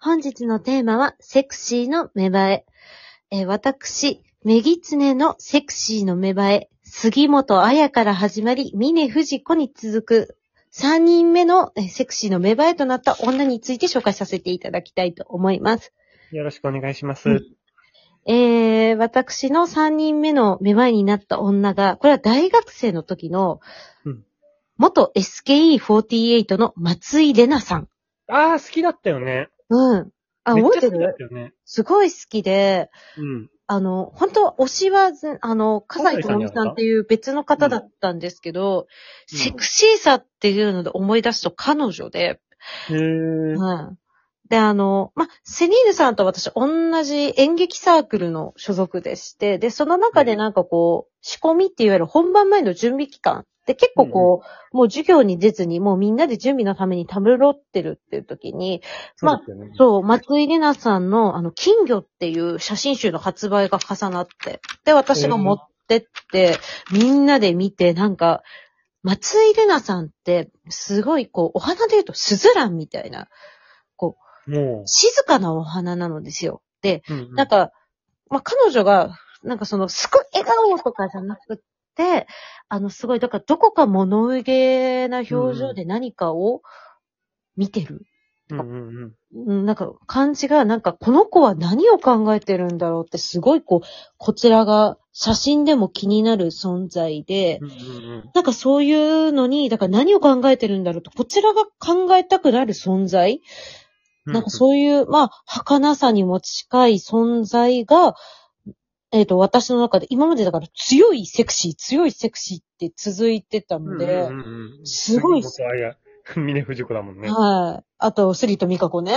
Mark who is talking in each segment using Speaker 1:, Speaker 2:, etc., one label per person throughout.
Speaker 1: 本日のテーマは、セクシーの芽生え。えー私、メギツネのセクシーの芽生え、杉本彩から始まり、峰藤子に続く、3人目のえーセクシーの芽生えとなった女について紹介させていただきたいと思います。
Speaker 2: よろしくお願いしま
Speaker 1: う
Speaker 2: す。
Speaker 1: えー、私の3人目の芽生えになった女が、これは大学生の時の
Speaker 2: うん、
Speaker 1: 元 SKE48 の松井玲奈さん。
Speaker 2: ああ、好きだったよね。
Speaker 1: うん。あ、
Speaker 2: めっ
Speaker 1: 覚
Speaker 2: ち
Speaker 1: え
Speaker 2: ゃ
Speaker 1: て
Speaker 2: 好きだっ
Speaker 1: る
Speaker 2: たよね。
Speaker 1: すごい好きで、
Speaker 2: うん。
Speaker 1: あの、本当は推しはず、あの、笠井
Speaker 2: 笠井さ
Speaker 1: 智
Speaker 2: んじゃ
Speaker 1: 美
Speaker 2: な
Speaker 1: さ
Speaker 2: かった
Speaker 1: んっていう別の方だったんですけど、
Speaker 2: うん
Speaker 1: セクシーさっていうので思い出すと彼女で、
Speaker 2: へ
Speaker 1: う
Speaker 2: え。
Speaker 1: ん。で、あの、ま、セニーヌさんと私同じ演劇サークルの所属でして、で、その中でなんかこう、仕込みっていわゆる本番前の準備期間で結構こう、もう授業に出ずに、もうみんなで準備のためにたむろってるっていう時に、まあ
Speaker 2: そうだったよね
Speaker 1: そう、松井玲奈さんの、あの、金魚っていう写真集の発売が重なって、で、私が持ってって、みんなで見て、なんか、松井玲奈さんって、すごい、こう、お花で言うと、スズランみたいな、
Speaker 2: も
Speaker 1: 静かなお花なのですよ。で、
Speaker 2: う。うん
Speaker 1: なんか、まあ、彼女が、なんかその、すごい笑顔とかじゃなくって、あの、すごい、だから、どこか物憂げな表情で何かを見てる。
Speaker 2: うんうんうん。
Speaker 1: うんなんか、感じが、なんか、この子は何を考えてるんだろうって、すごい、こう、こちらが、写真でも気になる存在で
Speaker 2: う、んうんうん。
Speaker 1: なんかそういうのに、だから何を考えてるんだろうと、こちらが考えたくなる存在、なんかそういう、まあ、儚さにも近い存在が、えっ、と、私の中で、今までだから強いセクシー、強いセクシーって続いてた
Speaker 2: う
Speaker 1: の
Speaker 2: ん
Speaker 1: で、
Speaker 2: うんうんうん。
Speaker 1: すごい
Speaker 2: 杉本彩。 峰藤子だもんね。
Speaker 1: はい。あと、スリとミカコね。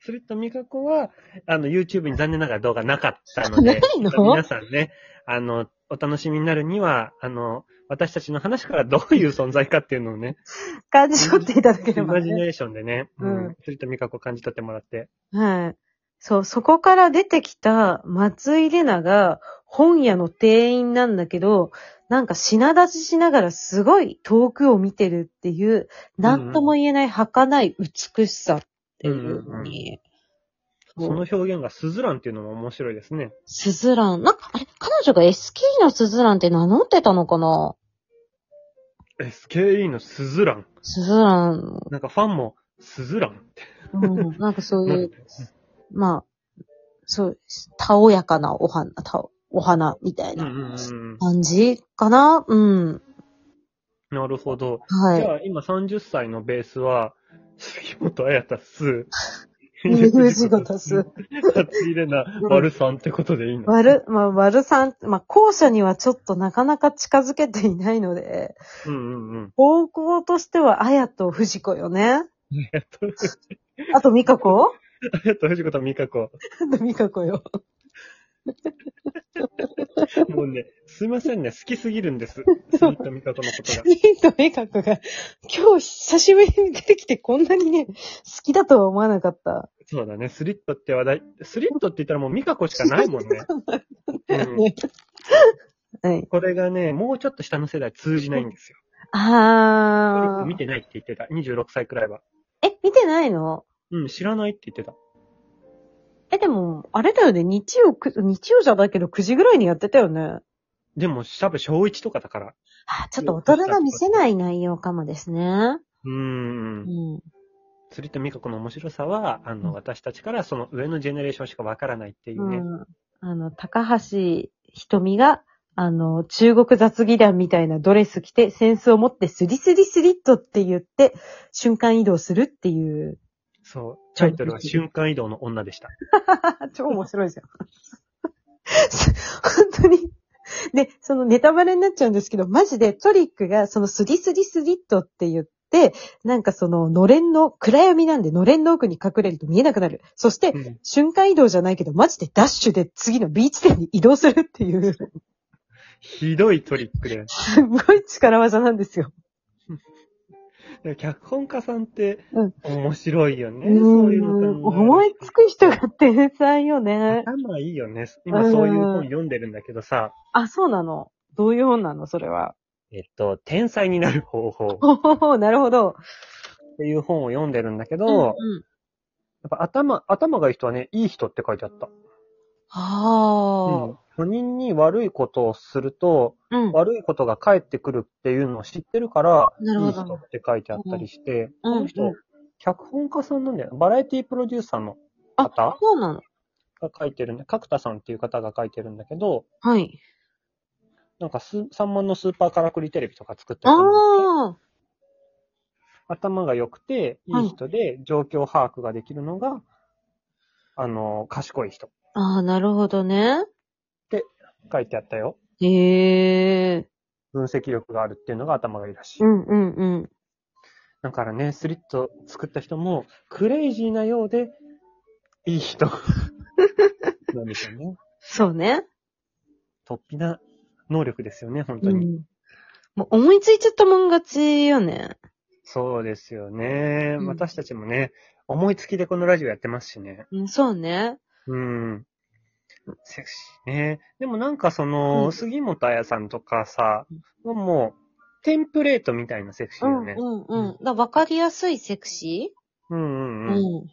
Speaker 2: スリットミカコは、あの、YouTube に残念ながら動画なかったの で、
Speaker 1: ないの
Speaker 2: 皆さんね、あの、お楽しみになるには、あの、私たちの話からどういう存在かっていうのをね、
Speaker 1: 感じ取っていただけ
Speaker 2: イ
Speaker 1: れば、ね。
Speaker 2: マジネーションでね、
Speaker 1: うん
Speaker 2: うん。スリットミカコ感じ取ってもらって。
Speaker 1: はい。そう、そこから出てきた松井玲奈が本屋の店員なんだけど、なんか品出ししながらすごい遠くを見てるっていう、なんとも言えない儚い美しさっていうのに。
Speaker 2: その
Speaker 1: そう
Speaker 2: 表現がスズランっていうのも面白いですね。
Speaker 1: スズラン。なんか、あれ、彼女が SK のスズランって名乗ってたのかな
Speaker 2: SKE のスズラン。
Speaker 1: スズラン。
Speaker 2: なんかファンも、スズランって。
Speaker 1: うん、なんかそう
Speaker 2: なん
Speaker 1: い
Speaker 2: だっ
Speaker 1: う、
Speaker 2: け
Speaker 1: まあ、そう、たおやかなお花、たおお花みたい
Speaker 2: うん
Speaker 1: な
Speaker 2: うんうん
Speaker 1: 感じかなうん。
Speaker 2: うん。なるほど。
Speaker 1: は
Speaker 2: じ
Speaker 1: い。
Speaker 2: ゃあ、今30歳のベースは、杉本彩太す。
Speaker 1: 峰藤子とす。
Speaker 2: 初入れな、丸さんってことでいいの
Speaker 1: 割る、まあ、割るさん、まあ、後者にはちょっとなかなか近づけていないので、
Speaker 2: うんうんうん。
Speaker 1: 方向としては、あやと藤子よね。
Speaker 2: えっと、
Speaker 1: あと、美香子
Speaker 2: えっと、藤子と美香子。
Speaker 1: あと、美香子よ。
Speaker 2: もうね、すいませんね、好きすぎるんです。杉本美香子のことが。
Speaker 1: ミンと美香子が、今日久しぶりに出てきてこんなにね、好きだとは思わなかった。
Speaker 2: そうだね、スリットって話題、スリットって言ったらもう美香子しかないもん ね。うん
Speaker 1: はい。
Speaker 2: これがね、もうちょっと下の世代通じないんですよ。
Speaker 1: あー
Speaker 2: 見。てないって言ってた。26歳くらいは。
Speaker 1: え、見てないの
Speaker 2: うん、知らないって言ってた。
Speaker 1: え、でも、あれだよね、日曜く、日曜じゃないけど9時ぐらいにやってたよね。
Speaker 2: でも、多分小1とかだから。
Speaker 1: あちょっと大人が見せない内容かもですね。
Speaker 2: う
Speaker 1: う
Speaker 2: ー。
Speaker 1: んん。
Speaker 2: 釣りと美香子の面白さは、あの、私たちからその上のジェネレーションしかわからないっていうね。
Speaker 1: うん、あの、高橋ひとみが、あの、中国雑技団みたいなドレス着て、扇子を持ってスリスリスリッとって言って、瞬間移動するっていう。
Speaker 2: そう。タイトルは瞬間移動の女でした。
Speaker 1: 超面白いじゃん。本当に。で、そのネタバレになっちゃうんですけど、マジでトリックがそのスリスリスリットって言って、なんかその、のれんの、暗闇なんで、のれんの奥に隠れると見えなくなる。そして、
Speaker 2: うん
Speaker 1: 瞬間移動じゃないけど、マジでダッシュで次の B 地点に移動するっていう。
Speaker 2: ひどいトリックで。
Speaker 1: すっごい力技なんですよ。
Speaker 2: で脚本家さんって
Speaker 1: うん、
Speaker 2: 面白いよね。そういうの
Speaker 1: うん。
Speaker 2: 考える
Speaker 1: 思いつく人が天才よね。
Speaker 2: 頭いいよね。今そういう本読んでるんだけどさ、
Speaker 1: あ、そうなの。どういう本なのそれは。
Speaker 2: えっと、天才になる方法っ
Speaker 1: おおなるほど。
Speaker 2: ていう本を読んでるんだけど、
Speaker 1: うん
Speaker 2: やっぱ頭、頭がいい人はね、いい人って書いてあった。う
Speaker 1: あ
Speaker 2: ん。他人に悪いことをすると、
Speaker 1: あ。うん。
Speaker 2: 悪いことが返ってくるっていうのを知ってるから、
Speaker 1: なる
Speaker 2: い
Speaker 1: ほ
Speaker 2: い
Speaker 1: ど
Speaker 2: 人って書いてあったりして、
Speaker 1: うん
Speaker 2: この人、
Speaker 1: うん
Speaker 2: 脚本家さんなんだよね。バラエティプロデューサーの方
Speaker 1: そうなの。
Speaker 2: が書いてるんで、角田さんっていう方が書いてるんだけど、
Speaker 1: はい。
Speaker 2: なんかス、サンマのスーパーカラクリテレビとか作って
Speaker 1: あ
Speaker 2: る人なんだって
Speaker 1: あ。
Speaker 2: 頭が良くて、いい人で、状況把握ができるのが、あの、賢い人。
Speaker 1: ああ、なるほどね。
Speaker 2: 書いてあったよ。
Speaker 1: へえ。
Speaker 2: 分析力があるっていうのが頭がいいらしい。
Speaker 1: うんうんうん。
Speaker 2: だからね、スリット作った人も、クレイジーなようで、いい人。なんですよね。
Speaker 1: そうね。
Speaker 2: 突飛な能力ですよね、本当
Speaker 1: う
Speaker 2: に。
Speaker 1: ん。もう思いついちゃったもん勝ちよね。
Speaker 2: そうですよね、
Speaker 1: うん
Speaker 2: 私たちもね、思いつきでこのラジオやってますしね。
Speaker 1: うん、そうね。
Speaker 2: うん。セクシーね。でもなんかその、
Speaker 1: うん
Speaker 2: 杉本彩さんとかさ、もう、テンプレートみたいなセクシー
Speaker 1: う
Speaker 2: よ
Speaker 1: ん
Speaker 2: ね。
Speaker 1: うんうん。だからわかりやすいセクシ
Speaker 2: うん
Speaker 1: ー
Speaker 2: うんうん。
Speaker 1: うん。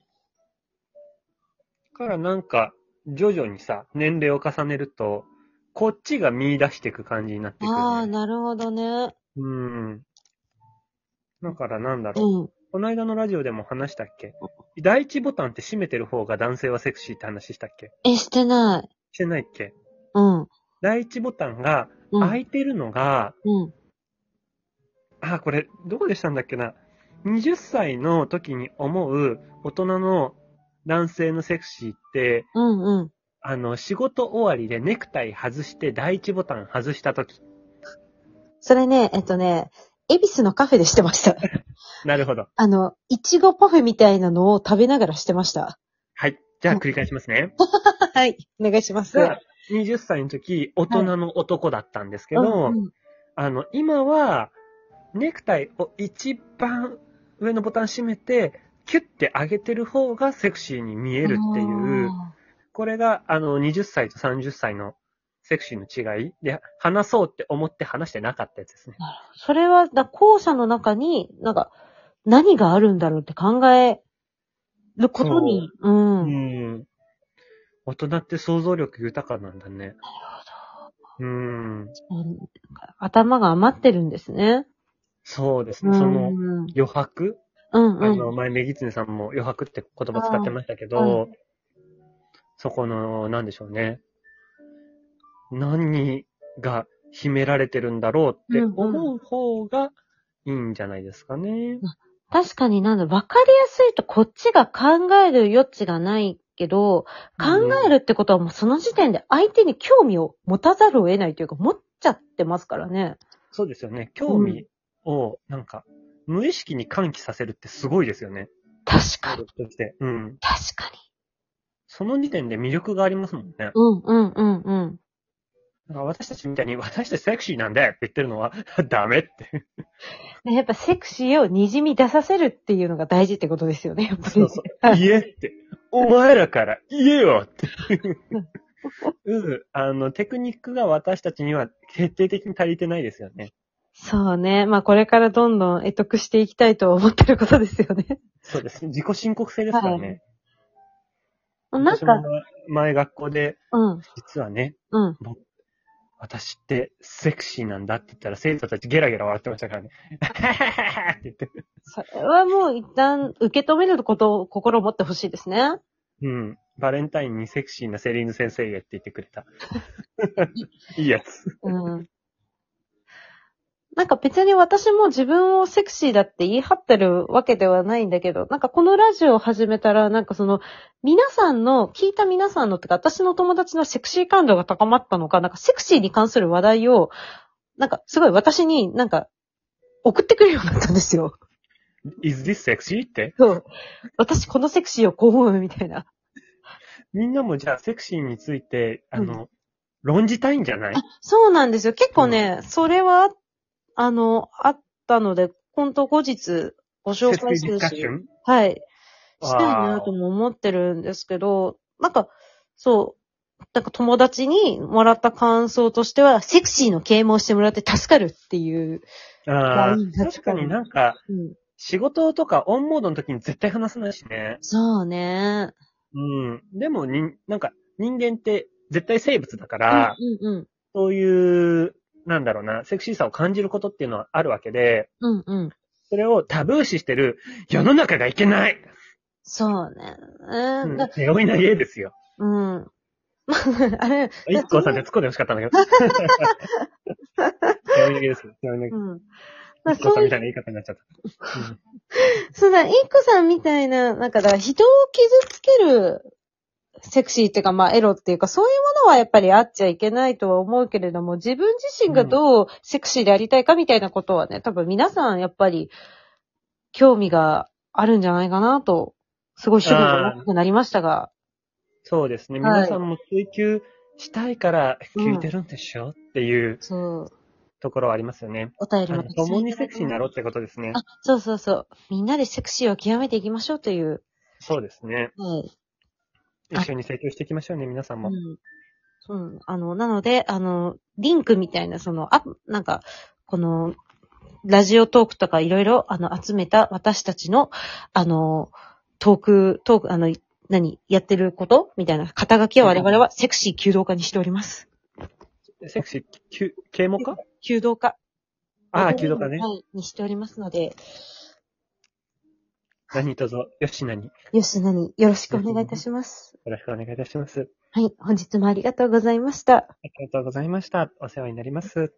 Speaker 2: からなんか、徐々にさ、年齢を重ねると、こっちが見出していく感じになっていく
Speaker 1: あ
Speaker 2: よ
Speaker 1: あ、
Speaker 2: ね。
Speaker 1: なるほどね。
Speaker 2: うん。だからなんだろう。
Speaker 1: うん。
Speaker 2: この間のラジオでも話したっけ第一ボタンって閉めてる方が男性はセクシーって話したっけ
Speaker 1: え、してない。
Speaker 2: してないっけ
Speaker 1: うん。
Speaker 2: 第一ボタンが
Speaker 1: うん。
Speaker 2: 開いてるのが、
Speaker 1: うん。
Speaker 2: あ、これ、どこでしたんだっけな。20歳の時に思う大人の男性のセクシーって、
Speaker 1: うんうん。
Speaker 2: あの、仕事終わりでネクタイ外して第一ボタン外した時。
Speaker 1: それね、えっとね、恵比寿のカフェでしてました。
Speaker 2: なるほど。
Speaker 1: あの、いちごパフェみたいなのを食べながらしてま した。
Speaker 2: はい。じゃあ繰り返しますね。
Speaker 1: はい。お願いします。
Speaker 2: が、20歳の時、大人の男だったんですけ
Speaker 1: う
Speaker 2: ど、
Speaker 1: ん
Speaker 2: あの、今は、ネクタイを一番上のボタン閉めて、キュッて上げてる方がセクシーに見えるっていう、これが、あの、20歳と30歳のセクシーの違いで、話そうって思って話してなかったやつですね。
Speaker 1: それは、だ校舎の中に、なんか、何があるんだろうって考えることに、うん。うん
Speaker 2: ん。大人って想像力豊かなんだね。なるほど。うん。
Speaker 1: なんか頭が余ってるんですね。
Speaker 2: そうです
Speaker 1: う
Speaker 2: ね。
Speaker 1: ん。
Speaker 2: そうの、
Speaker 1: ん
Speaker 2: 余白
Speaker 1: うん。
Speaker 2: あの、前、メギツネさんも余白って言葉使ってましたけど、そこの、なんでしょうね。何が秘められてるんだろうって思う方がいいんじゃないですかね。
Speaker 1: 確かになんだ、わかりやすいとこっちが考える余地がないけど、考えるってことはもうその時点で相手に興味を持たざるを得ないというか、持っちゃってますからね。
Speaker 2: そうですよね。興味を、なんか、無意識に喚起させるってすごいですよね。
Speaker 1: 確かに、
Speaker 2: そして、うん。
Speaker 1: 確かに。
Speaker 2: その時点で魅力がありますもんね。だか
Speaker 1: うん、うん、うん、うん。
Speaker 2: ら私たちみたいに、私たちセクシーなんだよって言ってるのは、 ダメって。
Speaker 1: やっぱセクシーを滲み出させるっていうのが大事ってことですよね、やっぱり。
Speaker 2: そうそう。
Speaker 1: はい
Speaker 2: 言えって。お前らから言えよっていう。うん。 あの、テクニックが私たちには徹底的に足りてないですよね。
Speaker 1: そうね。まあこれからどんどん得得していきたいと思ってることですよね。
Speaker 2: そうです。自己申告制ですからね。
Speaker 1: なん
Speaker 2: 私も
Speaker 1: か、
Speaker 2: 前学校で、
Speaker 1: うん、
Speaker 2: 実はね、
Speaker 1: うん。
Speaker 2: 私ってセクシーなんだって言ったら生徒たちゲラゲラ笑ってましたからね。 って言って。
Speaker 1: それはもう一旦受け止めることを心を持ってほしいですね。
Speaker 2: うん。バレンタインにセクシーなセリーヌ先生へって言ってく れた。いいやつ。
Speaker 1: うん。なんか別に私も自分をセクシーだって言い張ってるわけではないんだけど、なんかこのラジオを始めたら、なんかその、皆さんの、聞いた皆さんのってか、私の友達のセクシー感度が高まったのか、なんかセクシーに関する話題を、なんかすごい私になんか、送ってくるようになったんですよ。
Speaker 2: Is this sexy? って。
Speaker 1: そう。私このセクシーをこう思うみたいな。
Speaker 2: みんなもじゃあセクシーについて、あ
Speaker 1: うん
Speaker 2: の、論じたいんじゃない
Speaker 1: そうなんですよ。結構ね、それは、あの、あったので、今度後日ご紹
Speaker 2: セク
Speaker 1: 介
Speaker 2: シ
Speaker 1: す
Speaker 2: ーディ
Speaker 1: る
Speaker 2: スカッ
Speaker 1: し
Speaker 2: シ。ョン
Speaker 1: はい。したい
Speaker 2: わ
Speaker 1: な
Speaker 2: ー
Speaker 1: とも思ってるんですけど、なんか、そう、なんか友達にもらった感想としては、セクシーの啓蒙してもらって助かるっていう。
Speaker 2: あ
Speaker 1: いいん
Speaker 2: あ、
Speaker 1: だ
Speaker 2: 確かになんか、
Speaker 1: うん。
Speaker 2: 仕事とかオンモードの時に絶対話さないしね。
Speaker 1: そうね。
Speaker 2: うん。でもに、なんか、人間って絶対生物だから、
Speaker 1: うんうん
Speaker 2: そういう、なんだろうな、セクシーさを感じることっていうのはあるわけで、
Speaker 1: うん。うんうん。
Speaker 2: それをタブー視してる世の中がいけない、
Speaker 1: そうね。
Speaker 2: う
Speaker 1: うんん。だ、
Speaker 2: 背負い投げですよ。
Speaker 1: うん。 まあ、あれ、
Speaker 2: 一 k さんで突っ込んでほしかったん だけど。背負い投げですよ。背負い投げ。
Speaker 1: うん。まあ、
Speaker 2: 一 k
Speaker 1: そ
Speaker 2: さ
Speaker 1: うんい
Speaker 2: み
Speaker 1: う
Speaker 2: たいな言い方になっちゃった。うん
Speaker 1: そうだ、インコさんみたいな、なんかだから人を傷つけるセクシーっていうか、まあエロっていうか、そういうものはやっぱりあっちゃいけないとは思うけれども、自分自身がどうセクシーでありたいかみたいなことはね、多分皆さんやっぱり興味があるんじゃないかなと、すごい主語が大きくなりましたが、
Speaker 2: そうですね。
Speaker 1: はい
Speaker 2: 皆さんも追求したいから
Speaker 1: うん
Speaker 2: 聞いてるんでしょ、っていう
Speaker 1: そう、
Speaker 2: ところはありますよね。
Speaker 1: お便り
Speaker 2: あ
Speaker 1: も
Speaker 2: の共にセクシーになろうってことですね
Speaker 1: あ。、そうそうそう。みんなでセクシーを極めていきましょうという。
Speaker 2: そうですね。
Speaker 1: はい。あ
Speaker 2: 一緒に成長していきましょうね、皆さんも。
Speaker 1: うん。うん。あの、なので、あの、リンクみたいな、その、あ、なんか、この、ラジオトークとかいろいろ、あの、集めた私たちの、あの、トーク、トーク、あの、何、やってることみたいな、肩書きは我々はセクシー求道家にしております。
Speaker 2: セクシー、きゅ啓蒙か
Speaker 1: 求道家。
Speaker 2: ああ、弓道かね。
Speaker 1: はい、にしておりますので、
Speaker 2: 何卒、よしなに。よ
Speaker 1: 吉野によろしくお願いいたします。
Speaker 2: ろしくお願いいたします。
Speaker 1: はい、本日もありがとうございました。
Speaker 2: ありがとうございました。お世話になります。